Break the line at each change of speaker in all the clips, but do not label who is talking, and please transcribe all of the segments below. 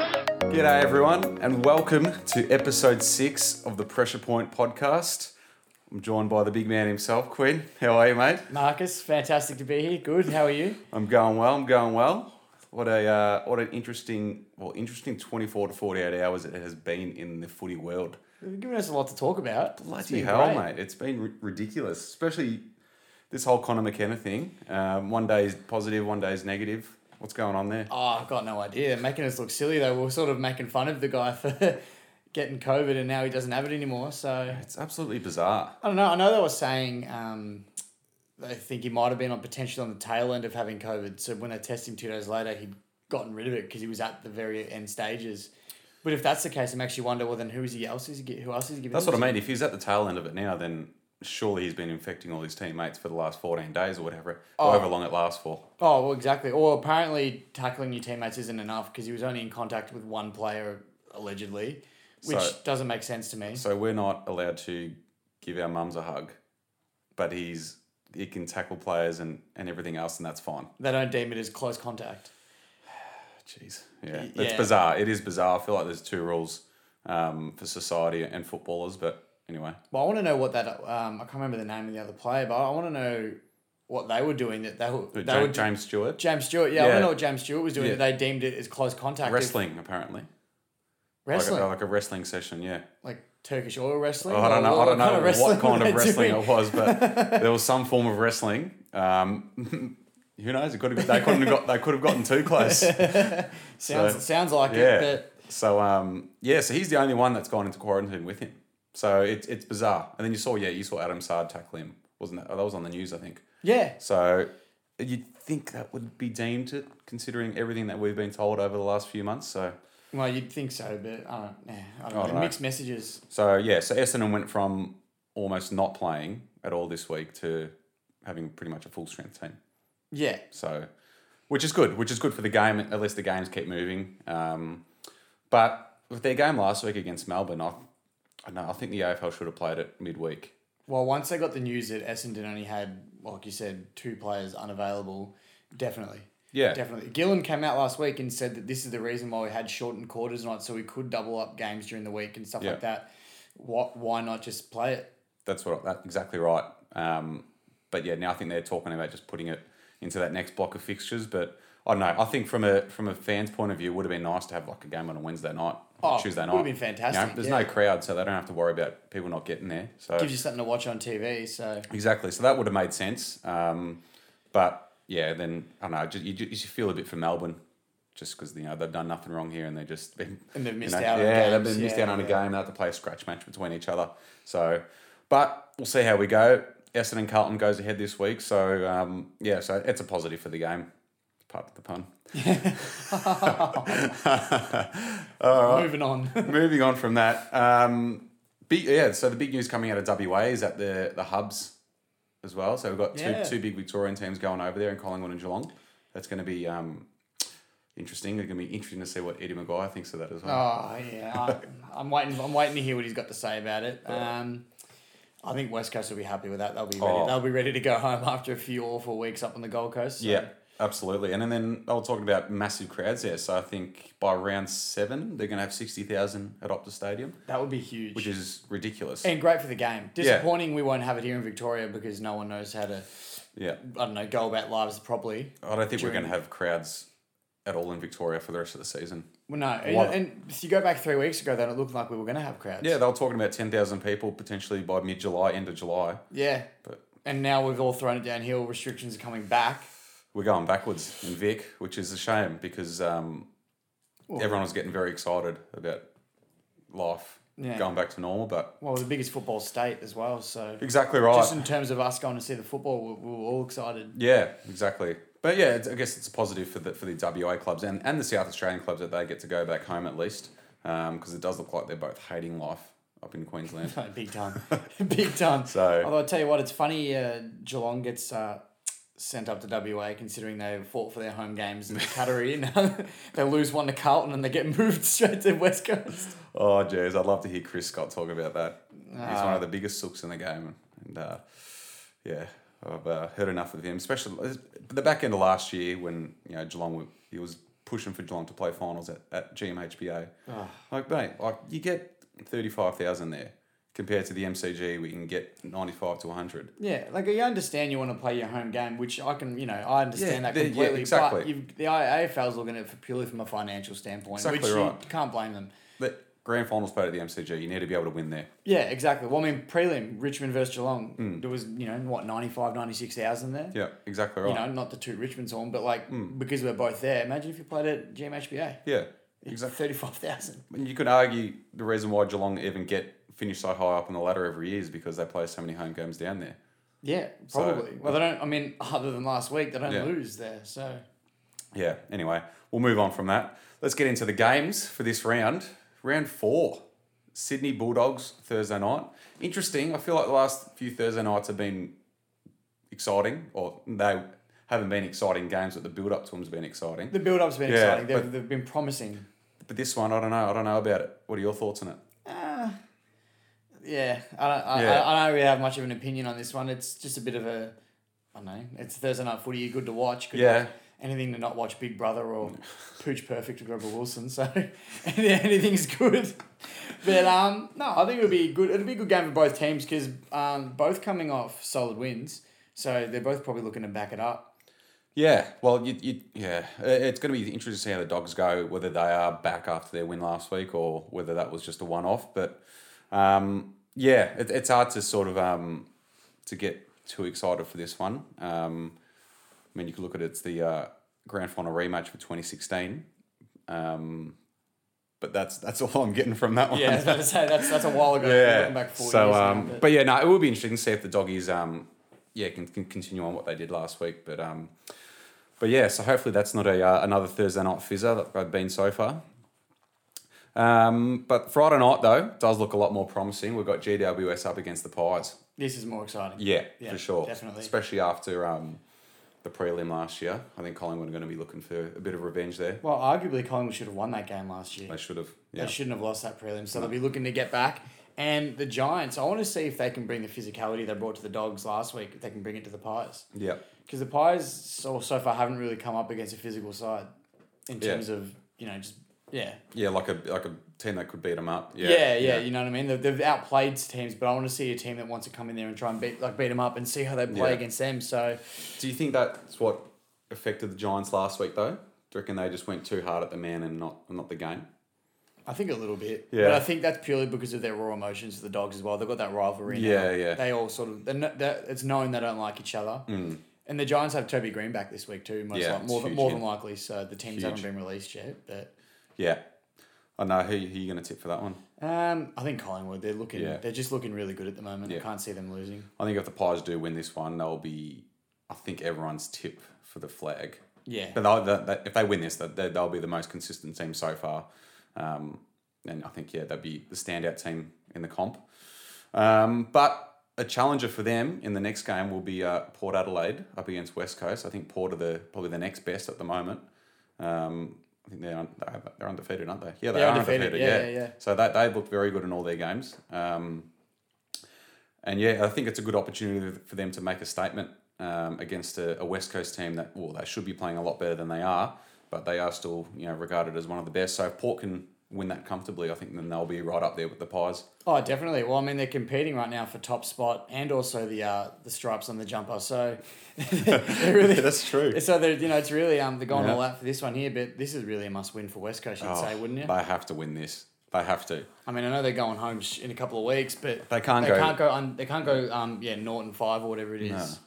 G'day, everyone, and welcome to episode six of the Pressure Point podcast. I'm joined by the big man himself, Quinn. How are you, mate?
Marcus, fantastic to be here. Good. How are you?
I'm going well. I'm going well. What a uh, what an interesting well interesting 24 to 48 hours it has been in the footy world.
You've given us a lot to talk about. It's
Bloody
been
hell,
great.
mate! It's been ri- ridiculous, especially this whole Connor McKenna thing. Um, one day is positive, one day is negative. What's going on there?
Oh, I've got no idea. They're making us look silly though. We We're sort of making fun of the guy for getting COVID and now he doesn't have it anymore. So
It's absolutely bizarre.
I don't know. I know they were saying um, they think he might have been on potentially on the tail end of having COVID. So when they test him two days later, he'd gotten rid of it because he was at the very end stages. But if that's the case, it makes you wonder. Well, then who is he else? Is he gi- who else is he giving?
That's
it
what I
to?
mean. If he's at the tail end of it now, then surely he's been infecting all his teammates for the last 14 days or whatever, however long it lasts for.
Oh, well, exactly. Or apparently tackling your teammates isn't enough because he was only in contact with one player, allegedly, which
So-
doesn't make sense to me.
So we're not allowed to give our mums a hug, but he's he can tackle players and, and everything else, and that's fine.
They don't deem it as close contact.
Jeez, yeah,
Y-
it's
yeah.
bizarre. It is bizarre. I feel like there's two rules um, for society and footballers, but anyway,
Well, I want to know what that, um, I can't remember the name of the other player, but I want to know what they were doing that they were, they
Ja-
were
James, Stewart
James Stewart. Yeah, I want
Yeah.
to know what James Stewart was doing
Yeah.
that they deemed it as close contact. If-
wrestling apparently,
wrestling,
Like, a,
like,
like a wrestling session. Yeah,
Turkish oil wrestling.
Oh, I don't
Or
know. I
what
don't
kind of
know
wrestling
what kind
were
of
they
wrestling
doing?
it was, but there was some form of wrestling. Um, who knows? It could have. They couldn't have got. They could have gotten too close.
Sounds,
So,
sounds like
yeah.
it, but
So um, yeah. So he's the only one that's gone into quarantine with him. So it's it's bizarre. And then you saw yeah, you saw Adam Sard tackle him, wasn't that? Oh, that was on the news, I think.
yeah,
So you'd think that would be deemed it, considering everything that we've been told over the last few months. So
Well, you'd think so, but uh, I don't, yeah, I don't know.
don't know.
Mixed messages.
so yeah. So Essendon went from almost not playing at all this week to having pretty much a full strength team.
Yeah.
So, which is good, which is good for the game. At least the games keep moving. Um, but with their game last week against Melbourne, I, I know I think the AFL should have played it midweek.
Well, once they got the news that Essendon only had, like you said, two players unavailable, definitely.
Yeah,
Definitely. Gillen came out last week and said that this is the reason why we had shortened quarters night, so we could double up games during the week and stuff
Yeah.
like that. What, why not just play it?
that's what that's exactly right. Um, but yeah, now I think they're talking about just putting it into that next block of fixtures. But I don't know. I think from a from a fan's point of view, it would have been nice to have like a game on a Wednesday night, or
Oh,
Tuesday
would
night.
have been fantastic,
You know, there's
yeah.
no crowd, so they don't have to worry about people not getting there. So
Gives you something to watch on TV, so.
Exactly. So that would have made sense. Um, but yeah, then I don't know. Just, you, ju- you just feel a bit for Melbourne, just because you know they've done nothing wrong here and they just been
And they've
you
missed
know,
out on
Yeah, they've
games.
been missed
Yeah,
out on a
yeah.
game. They have to play a scratch match between each other. So, but we'll see how we go. Essendon Carlton goes ahead this week, so um, yeah, so it's a positive for the game. Part of the pun.
Moving on.
Moving on from that, um, big, yeah. So the big news coming out of WA is that the the hubs as well. So we've got two,
Yeah.
two big Victorian teams going over there in Collingwood and Geelong. That's going to be um, interesting. It's going to be interesting to see what Eddie McGuire thinks of that as well.
Oh yeah, I, I'm waiting. I'm waiting to hear what he's got to say about it. Um, I think West Coast will be happy with that. They'll be ready.
Oh.
They'll be ready to go home after a few awful weeks up on the Gold Coast. so-
yeah, absolutely. And then, then they were talking about massive crowds there. So I think by round seven, they're going to have sixty thousand at Optus Stadium,
that would be huge
which is ridiculous.
and great for the game. Disappointing we won't have it here in Victoria because no one knows how to.
yeah,
I don't know. Go about lives properly.
I don't think we're
During-
going to have crowds at all in Victoria for the rest of the season.
Well, no, and,
What?
and if you go back three weeks ago, then it looked like we were going to have crowds.
Yeah, they were talking about ten thousand people potentially by mid July, end of July.
yeah.
But-
and now we've all thrown it downhill. Restrictions are coming back.
we're going backwards in Vic, which is a shame because um, everyone was getting very excited about life
Yeah.
going back to normal. But
Well, we're the biggest football state as well, so.
exactly right.
Just in terms of us going to see the football, we we were all excited.
yeah, exactly. But yeah, it's, I guess it's a positive for the for the WA clubs and, and the South Australian clubs that they get to go back home at least because it does look like they're both hating life up in Queensland.
No, big time, big time.
So-
although I tell you what, it's funny. Uh, Geelong gets uh, sent up to WA considering they fought for their home games in Qatari, and they lose one to Carlton and they get moved straight to West Coast.
oh, jeez, I'd love to hear Chris Scott talk about that. He's one
Ah.
of the biggest sooks in the game, and uh, yeah, uh, I've uh, heard enough of him. Especially the back end of last year when you know Geelong, were- he was pushing for Geelong to play finals at, at GMHBA.
Oh.
Like, mate, like you get thirty five thousand there compared to the MCG, we can get ninety five to one hundred.
Yeah, like I understand you want to play your home game, which I can, you know, I understand
Yeah,
that
the- yeah,
completely.
exactly.
But you've, the I- AFL's looking at it for purely from a financial standpoint,
Exactly
which you
right.
can't blame them.
But grand finals played at the MCG, you need to be able to win there.
Yeah, exactly. Well, I mean, prelim, Richmond versus Geelong, there was, you know, what, 95, 96,000 there?
Yeah, exactly
You
right.
know, not the two Richmonds on, but like,
Hmm.
because we're both there, imagine if you played at GMHBA.
yeah,
It's
exactly.
35,000.
And you could argue the reason why Geelong even get finished so high up on the ladder every year is because they play so many home games down there.
Yeah,
So-
probably. well, they don't, I mean, other than last week, they don't
Yeah.
lose there, so.
Yeah. Anyway, we'll move on from that. Let's get into the games for this round. Round four, Sydney Bulldogs Thursday night. Interesting. I feel like the last few Thursday nights have been exciting, or they haven't been exciting games, but the build up to them's been exciting.
The build up's been
Yeah,
exciting. They've,
but-
they've been promising.
But this one, I don't know. I don't know about it. What are your thoughts on it?
Yeah, I don't, I,
Yeah.
I, I don't really have much of an opinion on this one. It's just a bit of a, I don't know, it's Thursday night footy, you're good to watch. Good
Yeah.
to- anything to not watch Big Brother or Pooch Perfect with Rebel Wilson, so anything's good. But um, no, I think it'll be good. It'll be a good game for both teams because um, both coming off solid wins, so they're both probably looking to back it up.
Yeah, well, you, you, yeah, I- it's going to be interesting to see how the dogs go, whether they are back after their win last week or whether that was just a one off. But um, yeah, it, it's hard to sort of um, to get too excited for this one. Um, I mean, you could look at it, it's the uh, grand final rematch for twenty sixteen, um, but that's that's all I'm getting from that one.
Yeah, I was about to say that's that's a while ago.
Yeah.
looking back four
so,
years now,
um,
but-
but yeah, no, it will be interesting to see if the doggies, um, yeah, can, can continue on what they did last week. But, um, but yeah, so hopefully that's not a uh, another Thursday night fizzer that I've been so far. Um, but Friday night though does look a lot more promising. We've got GWS up against the Pies.
this is more exciting.
Yeah,
Yeah,
for sure.
definitely.
Especially after um, the prelim last year. I think Collingwood are going to be looking for a bit of revenge there.
Well, arguably Collingwood should have won that game last year.
They should have. Yeah.
They shouldn't have lost that prelim, so they'll be looking to get back. And the Giants, I want to see if they can bring the physicality they brought to the Dogs last week. If they can bring it to the Pies,
yeah.
because the Pies so so far haven't really come up against a physical side in
Yeah.
terms of you know just yeah.
Yeah, like a like a team that could beat them up.
Yeah,
Yeah.
yeah, you know what I mean. They've, they've outplayed teams, but I want to see a team that wants to come in there and try and beat like beat them up and see how they play
Yeah.
against them. So
Do you think that's what affected the Giants last week, though? Do you reckon they just went too hard at the man and not and not the game?
I think a little bit. But
Yeah.
I think that's purely because of their raw emotions to the dogs as well. They've got that rivalry. now.
Yeah, yeah.
They all sort of, they're, no- they're, it's known they don't like each other. Mm. And the Giants have Toby Green back this week too, most
Yeah,
like, more,
it's
than,
huge,
more
yeah.
than likely. So the teams
Huge.
haven't been released yet. But
Yeah. I know. Who, who you going to tip for that one?
um, I think Collingwood, they're looking,
Yeah.
they're just looking really good at the moment. I
Yeah.
can't see them losing.
I think if the Pies do win this one, they'll be, I think, everyone's tip for the flag.
Yeah.
But they'll, they, they- if they win this, they, they- they'll be the most consistent team so far. Um, and I think, yeah, they'll be the standout team in the comp. Um, but a challenger for them in the next game will be uh, Port Adelaide up against West Coast. I think Port are the probably the next best at the moment. Um, I think they're, un- they're- they're undefeated, aren't they? Yeah, they
They're
are
undefeated.
undefeated.
Yeah,
yeah.
yeah, yeah.
So that, they've looked very good in all their games. Um, and yeah, I think it's a good opportunity for them to make a statement um, against a, a West Coast team that well, they should be playing a lot better than they are, but they are still you know regarded as one of the best. So if Port can win that comfortably, I think then they'll be right up there with the Pies.
Oh, definitely. Well, I mean, they're competing right now for top spot and also the uh, the stripes on the jumper. So they're really
that's true.
So they're you know it's really um they're going
Yeah. Oh,
all out for this one here, but this is really a must win for West Coast, you'd say, wouldn't you?
They have to win this. They have to.
I mean, I know they're going home sh- in a couple of weeks, but
They can't
they
go-
can't go un- they can't go um yeah Norton five or whatever it is.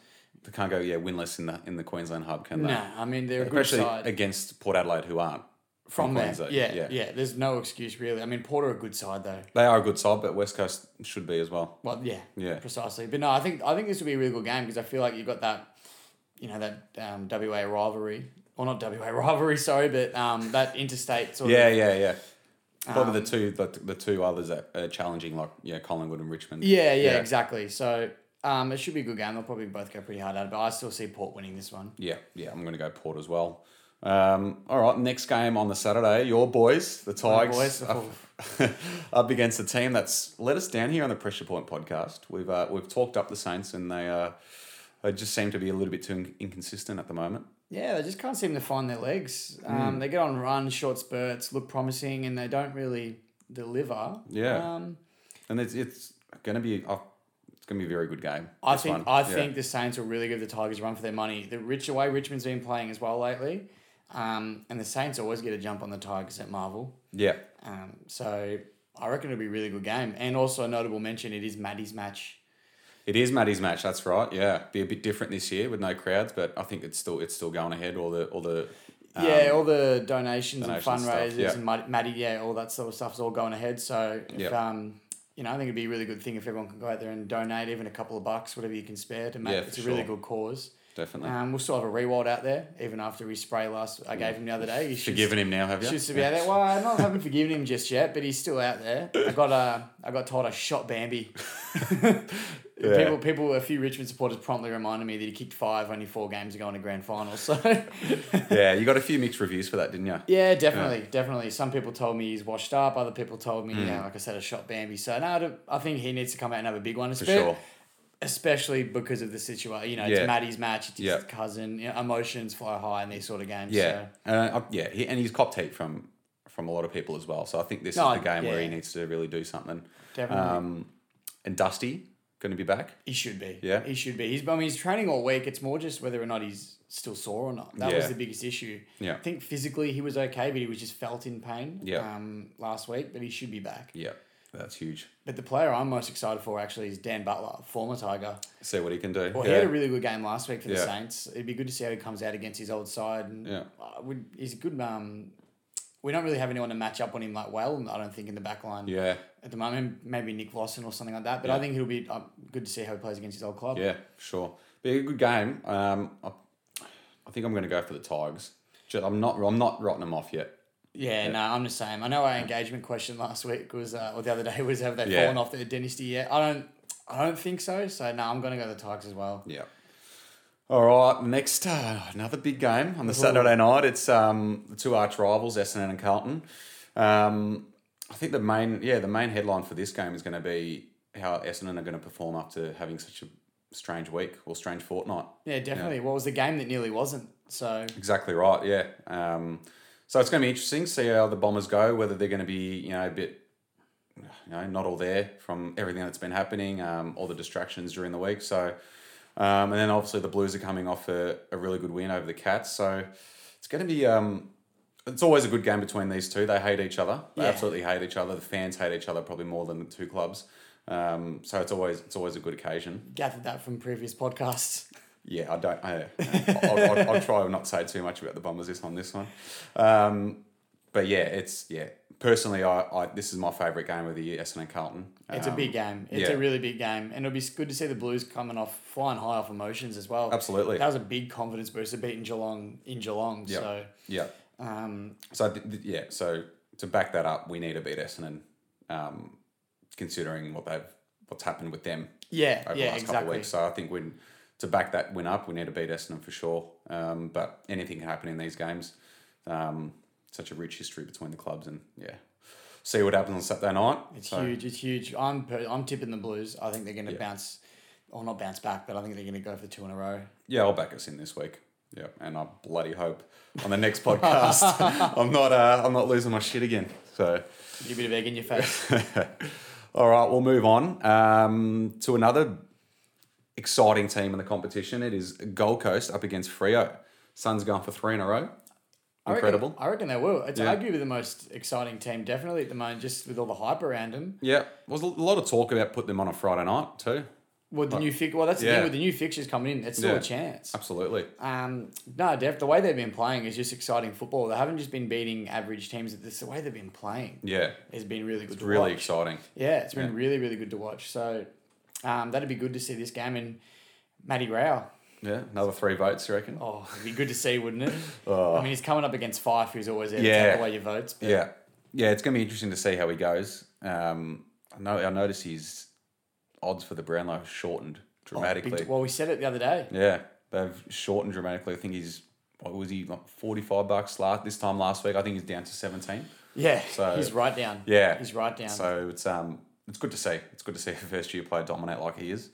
They can't go yeah winless in the in the Queensland hub, can
No,
they?
I mean they're a good
Especially
side
against Port Adelaide, who aren't
from there.
Queensland,
Yeah, yeah,
yeah.
There's no excuse really. I mean, Porter a good side though.
They are a good side, but West Coast should be as well.
Well, yeah,
Yeah.
precisely. But no, I think I think this will be a really good game because I feel like you've got that, you know, that um, WA rivalry or not WA rivalry, sorry, but um, that interstate sort
Yeah,
of
yeah, yeah. Probably
Um,
the two the, the two others that are challenging, like yeah, Collingwood and Richmond.
Yeah, yeah,
Yeah.
exactly. So um, it should be a good game. They'll probably both go pretty hard at it, but I still see Port winning this one.
Yeah, yeah, I'm going to go Port as well. Um, all right, next game on the Saturday, your boys, the Tigers,
boys, the
up, up against a team that's let us down here on the Pressure Point podcast. We've uh, we've talked up the Saints, and they uh, they just seem to be a little bit too in- inconsistent at the moment.
Yeah, they just can't seem to find their legs.
Hmm.
Um, They get on runs, short spurts, look promising, and they don't really deliver.
Yeah.
Um,
And it's it's going to be uh, it's going to be a very good game.
I
this
think
one.
I
Yeah.
think the Saints will really give the Tigers a run for their money. The rich way Richmond's been playing as well lately, um, and the Saints always get a jump on the Tigers at Marvel.
Yeah.
Um, so I reckon it'll be a really good game. And also a notable mention, it is Maddie's match.
It is Maddie's match. That's right. Yeah, be a bit different this year with no crowds, but I think it's still it's still going ahead. All the all the um,
yeah, all the donations and
donation stuff,
fundraisers
yeah.
and Mad- Maddie, yeah, all that sort of stuff's all going ahead. So if,
Yeah.
um, you know, I think it'd be a really good thing if everyone can go out there and donate even a couple of bucks, whatever you can spare to make
Yeah, for
it's a really
sure.
good cause.
definitely
Um, we'll still have a rewald out there, even after his spray last I gave him the other day. He shoots-
forgiven him now. Have you?
Shoots to be out there. Well, I not haven't forgiven him just yet, but he's still out there. I got uh, I got told I shot Bambi. People, people, a few Richmond supporters promptly reminded me that he kicked five only four games ago in a grand final. So,
yeah, you got a few mixed reviews for that, didn't you?
yeah, definitely, definitely. Some people told me he's washed up. Other people told
Hmm.
me, yeah, like I said, I shot Bambi. So no, I don't- I think he needs to come out and have a big one,
For
especially,
sure.
especially because of the situation. You know,
Yeah.
it's Maddie's match. It's
Yeah.
his cousin. You know, emotions fly high in these sort of games.
Yeah,
So.
uh, I- yeah, he, and he's copped heat from from a lot of people as well. So I think this
No,
is the game where he
yeah. Mm.
needs to really do something.
Definitely.
Um, and Dusty going to be back.
He should be.
Yeah.
He should be. He's, I mean, he's training all week. It's more just whether or not he's still sore or not. That
Yeah.
was the biggest issue.
Yeah.
I think physically he was okay, but he was just felt in pain
Yeah.
um, last week, but he should be back.
Yeah, that's huge.
But the player I'm most excited for actually is Dan Butler, former Tiger.
See what he can do.
Well, he
yeah.
had a really good game last week for the
Yeah.
Saints. It'd be good to see how he comes out against his old side. And
Yeah.
I would, he's a good. Um, we don't really have anyone to match up on him like well, I don't think, in the back line
yeah,
at the moment. Maybe Nick Lawson or something like that. But I think it'll be uh, good to see how he plays against his old club.
yeah, sure. Be a good game. Um, I, I think I'm going to go for the Tigers. Ju- I'm not. I'm not rotting them off yet.
Yeah, no, I'm the same. I know our engagement question last week was, uh, or the other day was, have they
Yeah.
fallen off their dynasty yet? I don't, I don't think so. So no, I'm gonna go the Tigers as well.
Yeah. All right. Next, uh, another big game on the Saturday night. It's um, the two arch rivals, Essendon and Carlton. Um, I think the main, yeah, the main headline for this game is going to be how Essendon are going to perform after having such a strange week or strange fortnight.
Yeah, definitely. What was the game that nearly wasn't? So
Exactly right. Yeah. Um, so it's going to be interesting. See how the Bombers go. Whether they're going to be, you know, a bit, you know, not all there from everything that's been happening, um, all the distractions during the week. So, um, and then obviously the Blues are coming off a, a really good win over the Cats. So it's going to be. Um, it's always a good game between these two. They hate each other. They
Yeah.
absolutely hate each other. The fans hate each other probably more than the two clubs. Um, so it's always it's always a good occasion.
gathered that from previous podcasts.
Yeah, I don't. I, I'll, I'll, I'll try not to say too much about the Bombers this on this one. Um, but yeah, it's yeah. Personally, I, I this is my favourite game of the year, Essendon Carlton. Um,
It's a big game. It's
yeah.
a really big game, and it'll be good to see the Blues coming off flying high off emotions as well.
Absolutely.
that was a big confidence booster beating Geelong in Geelong. So
yeah.
um,
So th- th- yeah. So to back that up, we need to beat Essendon, um, considering what they've what's happened with them
yeah,
over the
yeah,
last couple of
exactly.
weeks. So I think when to back that win up, we need to beat Essendon for sure. Um, but anything can happen in these games. Um, such a rich history between the clubs, and yeah, see what happens on Saturday night.
It's
So,
huge. It's huge. I'm per- I'm tipping the Blues. I think they're going to bounce, or not bounce back, but I think they're going to go for two in a row.
Yeah, I'll back us in this week. Yeah, and I bloody hope on the next podcast I'm not uh, I'm not losing my shit again. So.
You bit of egg in your face.
All right, we'll move on um, to another exciting team in the competition. It is Gold Coast up against Frio. Sun's gone for three in a row.
I reckon-
Incredible.
I reckon, they will. It's arguably the most exciting team, definitely at the moment, just with all the hype around them.
Yeah, was a lot of talk about putting them on a Friday night too.
Well, the new fi- Well, that's the
yeah.
thing with the new fixtures coming in. It's still
Yeah.
a chance.
Absolutely.
Um, no, Dev, the way they've been playing is just exciting football. They haven't just been beating average teams. It's the way they've been playing
Yeah,
has been really good. to
really
watch.
exciting.
Yeah, it's been really, really good to watch. So um, that'd be good to see this game. And Matty Rao,
Yeah, another three votes, you reckon?
Oh, it'd be good to see, wouldn't it? I mean, he's coming up against Fife, who's always there
Oh. Yeah.
to take away your votes. But
Yeah, yeah, it's gonna be interesting to see how he goes. Um, I know I noticed his odds for the Brownlow shortened
big-
dramatically.
well, we said it the other day.
Yeah, they've shortened dramatically. I think he's what was he like forty five bucks last this time last week. I think he's down to seventeen.
Yeah,
So-
he's right down.
Yeah.
he's right down.
So it's um it's good to see. It's good to see a first year player dominate like he is.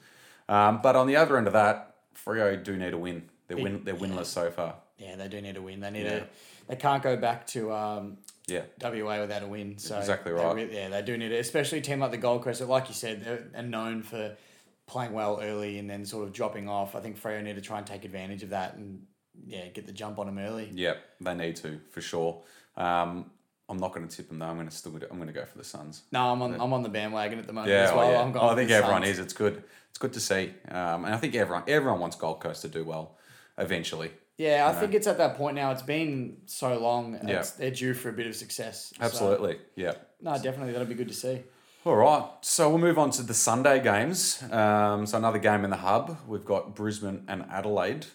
Um, but on the other end of that, Frio do need a win. They're win they're winless so far.
yeah, they do need a win. They need
Yeah.
a. They can't go back to um,
Yeah.
WA without a win. So
Exactly
they
right.
re- yeah, they do need it, especially a team like the Gold Coast. that, Like you said, they're are known for playing well early and then sort of dropping off. I think Freo need to try and take advantage of that and yeah, get the jump on them early.
Yeah, they need to for sure. Um, I'm not going to tip them though. I'm going to still. I'm going to go for the Suns.
No, I'm on I'm on the bandwagon at the moment
Yeah,
as
oh,
well.
yeah.
I'm
Oh,
going
I
for
think
the
everyone
Suns.
is. It's good. It's good to see. Um, and I think everyone everyone wants Gold Coast to do well eventually.
Yeah, I think it's at that point now. It's been so long. and
Yeah.
It's, they're due for a bit of success. So,
Absolutely. Yeah.
no, definitely. That'll be good to see.
All right. So we'll move on to the Sunday games. Um, so another game in the hub. We've got Brisbane and Adelaide.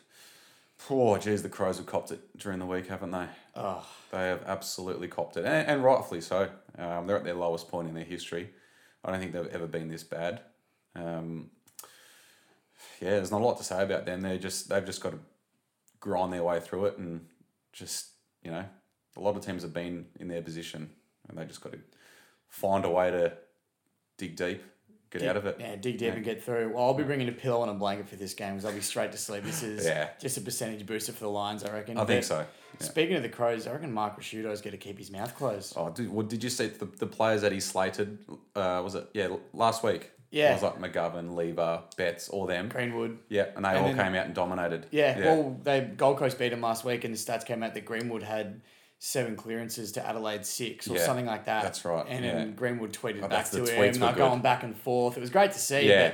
Poor, Oh, geez, the Crows have copped it during the week, haven't they?
Oh,
They have absolutely copped it, and, and rightfully so. Um, they're at their lowest point in their history. I don't think they've ever been this bad. Um, yeah, there's not a lot to say about them. They're just they've just got to grind their way through it, and just you know, a lot of teams have been in their position, and they just got to find a way to dig deep, get out of it.
Yeah, dig deep and get through. Well, I'll be bringing a pillow and a blanket for this game because I'll be straight to sleep. This is
Yeah.
just a percentage booster for the Lions, I reckon.
I think
But
so. Yeah.
Speaking of the Crows, I reckon Mark Rashudo's got to keep his mouth closed.
Oh, did, well, did you see the, the players that he slated? Uh, was it yeah l- last week?
Yeah.
it was like McGovern, Lever, Betts, all them.
Greenwood.
Yeah, and they all
then-
came out and dominated.
Yeah, well, they Gold Coast beat them last week, and the stats came out that Greenwood had seven clearances to Adelaide six or
Yeah,
something like that.
that's right,
And
yeah. Oh,
then Greenwood tweeted back
that's-
to
the
him,
tweets were
like
good.
going back and forth. It was great to see.
Yeah.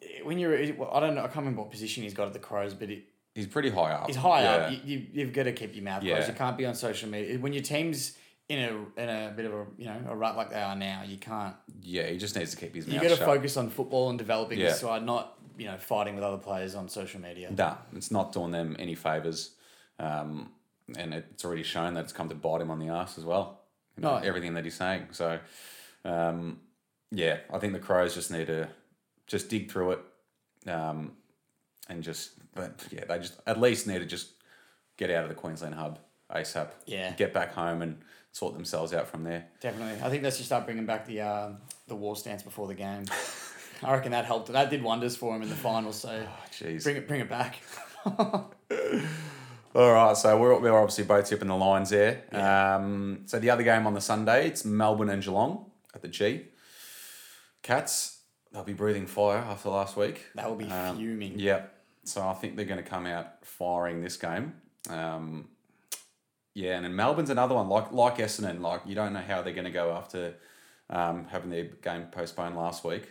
But when you're, well, I don't know, I can't remember what position he's got at the Crows, but it,
he's pretty high up.
It's high up.
Yeah.
You, you, you've got to keep your mouth
Yeah.
closed. You can't be on social media. When your team's in a in a bit of a you know a rut like they are now, you can't.
Yeah, he just needs to keep his
You
mouth
got to
shut.
focus on football and developing
Yeah.
this side, not you know fighting with other players on social media.
nah, it's not doing them any favors, um, and it's already shown that it's come to bite him on the ass as well. You know,
No.
everything that he's saying. So, um, yeah, I think the Crows just need to just dig through it, um, and just but yeah, they just at least need to just get out of the Queensland hub asap.
Yeah.
get back home and sort themselves out from there.
Definitely, I think they should start bringing back the uh, the war stance before the game. I reckon that helped. That did wonders for him in the final. So
Jeez.
bring it, bring it back.
All right, so we're, we're obviously both tipping the lines there. Um, so the other game on the Sunday, it's Melbourne and Geelong at the G. Cats, they'll be breathing fire after last week.
That will be
Um,
fuming.
Yeah, so I think they're going to come out firing this game. Um, yeah, and then Melbourne's another one like like Essendon. Like you don't know how they're going to go after um, having their game postponed last week.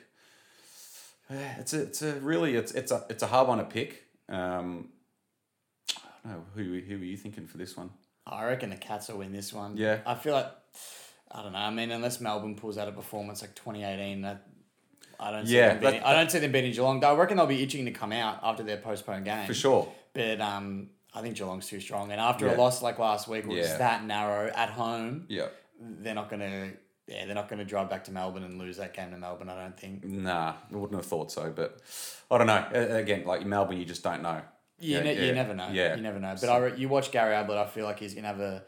Yeah, It's a, it's a really it's it's a it's a hard one to pick. Um, I don't know who who were you thinking for this one?
I reckon the Cats will win this one.
Yeah.
I feel like I don't know. I mean, unless Melbourne pulls out a performance like twenty eighteen, that I don't. See
Yeah,
them beating,
that-
I don't see them beating Geelong. Though I reckon they'll be itching to come out after their postponed game.
For sure.
But um, I think Geelong's too strong, and after
Yeah.
a loss like last week, which
Yeah.
is that narrow at home,
Yeah.
they're not gonna. Yeah, they're not going to drive back to Melbourne and lose that game to Melbourne. I don't think.
Nah, I wouldn't have thought so, but I don't know. A- Again, like Melbourne, you just don't know.
You,
Yeah,
ne-
yeah.
you never know.
Yeah.
You never know. But I re- you watch Gary Ablett, I feel like he's going to have a,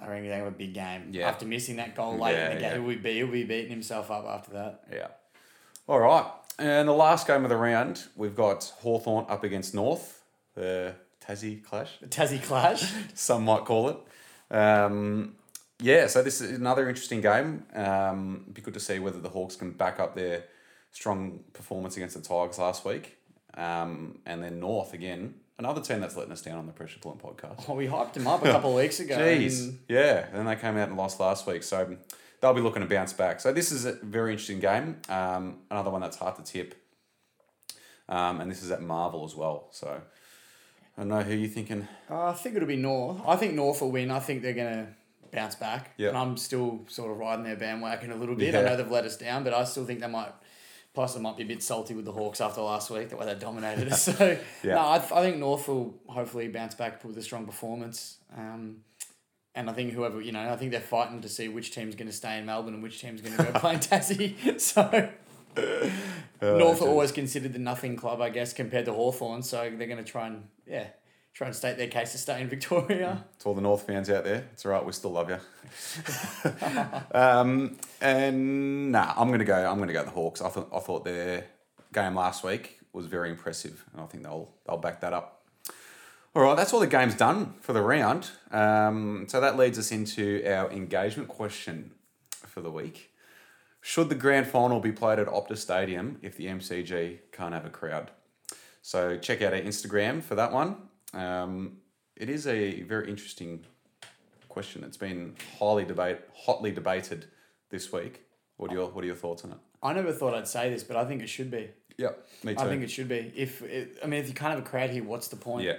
I reckon he's going to have a big game.
Yeah.
After missing that goal late
Yeah,
in the
yeah.
game, he'll, be, he'll be beating himself up after that.
Yeah. All right. And the last game of the round, we've got Hawthorn up against North, the Tassie clash,
The Tassie clash.
some might call it. Um, yeah, so this is another interesting game. Um, it'd be good to see whether the Hawks can back up their strong performance against the Tigers last week. Um, and then North again, another team that's letting us down on the Pressure Point podcast.
well, we hyped him up a couple of weeks ago.
Jeez.
and
Yeah. And then they came out and lost last week. So they'll be looking to bounce back. So this is a very interesting game. Um, another one that's hard to tip. Um, and this is at Marvel as well. So I don't know who you're thinking.
Uh, I think it'll be North. I think North will win. I think they're going to bounce back.
Yeah.
And I'm still sort of riding their bandwagon a little bit. I
Yeah.
know they've let us down, but I still think they might. Plus, they might be a bit salty with the Hawks after last week, the way they dominated us. So,
Yeah.
no, I, th- I think North will hopefully bounce back with a strong performance. Um, and I think whoever, you know, I think they're fighting to see which team's going to stay in Melbourne and which team's going to go play in Tassie. So,
Oh,
North are always considered the nothing club, I guess, compared to Hawthorn. So they're going to try and, yeah, try and state their case to stay in Victoria.
To all the North fans out there, it's all right. We still love you. um, and nah, I'm gonna go. I'm gonna go the Hawks. I thought I thought their game last week was very impressive, and I think they'll they'll back that up. All right, that's all the game's done for the round. Um, so that leads us into our engagement question for the week. Should the grand final be played at Optus Stadium if the MCG can't have a crowd? So check out our Instagram for that one. Um, it is a very interesting question. It's been highly debate, hotly debated this week. What are your What are your thoughts on it?
I never thought I'd say this, but I think it should be.
Yep, me too.
I think it should be. If it, I mean, if you can't have a crowd here, what's the point?
yeah,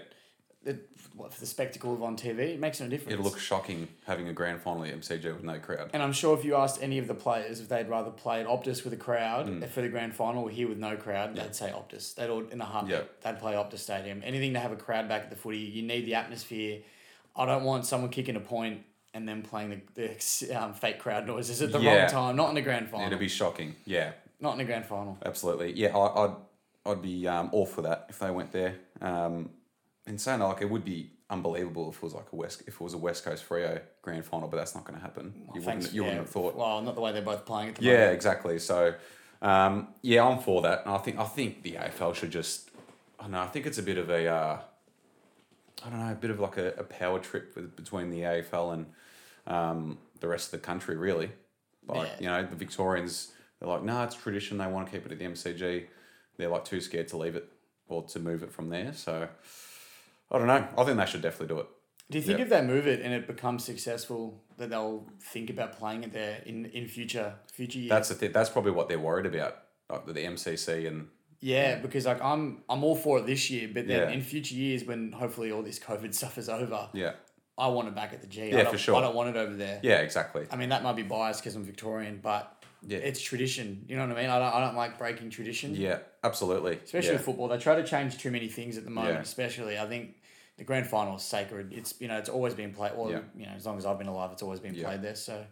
It, what, for the spectacle of on TV, it makes no difference.
it'll look shocking having a grand final at MCG with no crowd.
And I'm sure if you asked any of the players if they'd rather play at Optus with a crowd
Hmm.
for the grand final or here with no crowd, they'd say Optus. They'd all in a heartbeat.
Yeah.
They'd play Optus Stadium. Anything to have a crowd back at the footy, you need the atmosphere. I don't want someone kicking a point and then playing the, the um, fake crowd noises at the
Yeah.
wrong time. Not in the grand final.
It'll be shocking. Yeah,
Not in the grand final.
Absolutely. Yeah, I, I'd I'd be um, all for that if they went there. Um, and saying that, like it would be unbelievable if it was like a West if it was a West Coast Frio grand final, but that's not going to happen. you
Thanks.
wouldn't you
yeah.
wouldn't have thought.
Well, not the way they're both playing at the
yeah,
moment.
exactly. So um, yeah, I'm for that, and I think I think the AFL should just I don't know. I think it's a bit of a uh, I don't know, a bit of like a, a power trip with, between the AFL and um, the rest of the country, really. Like,
Yeah.
you know, the Victorians, they're like, no, it's tradition. They want to keep it at the MCG. They're like too scared to leave it or to move it from there. So, I don't know. I think they should definitely do it.
Do you think
Yeah.
if they move it and it becomes successful, that they'll think about playing it there in, in future future years?
That's the thing. That's probably what they're worried about, like the MCC and
Yeah, because like I'm I'm all for it this year, but then
Yeah.
in future years when hopefully all this COVID stuff is over,
yeah,
I want it back at the G. I
Yeah,
don't-
for sure.
I don't want it over there.
yeah, exactly.
I mean, that might be biased because I'm Victorian, but
Yeah.
it's tradition. You know what I mean? I don't, I don't like breaking tradition,
Yeah, absolutely.
especially
yeah.
with football. They try to change too many things at the moment,
Yeah.
especially. I think the grand final is sacred. It's, you know, it's always been played. Well,
Yeah.
you know, as long as I've been alive, it's always been
Yeah.
played there. So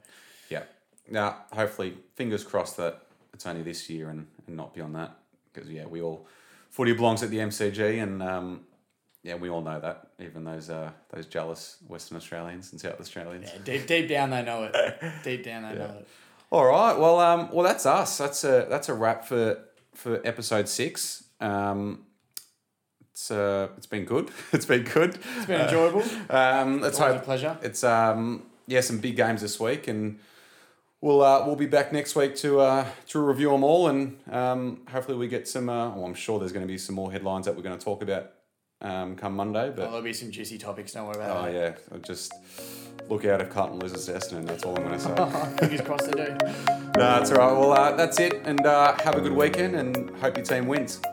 Yeah. Now, hopefully, fingers crossed that it's only this year and, and not beyond that. Because, yeah, we all, footy belongs at the MCG. And, um, yeah, we all know that, even those uh, those jealous Western Australians and South Australians.
yeah, deep, deep down, they know it. Deep down, they know it.
All right. Well, um, well, that's us. That's a that's a wrap for for episode six. Um, it's uh, it's been good. It's been good. It's
Been enjoyable.
Um, let's
Always a
hope
pleasure.
it's um yeah some big games this week and we'll uh, we'll be back next week to uh, to review them all and um, hopefully we get some uh, well, I'm sure there's going to be some more headlines that we're going to talk about um, come Monday
Well,
but
there'll be some juicy topics. Don't worry
oh
about it.
yeah I'll just look out if Carlton loses to Essendon that's all I'm going to say no
Fingers crossed they do.
that's all right well uh, that's it and uh, have a good weekend and hope your team wins.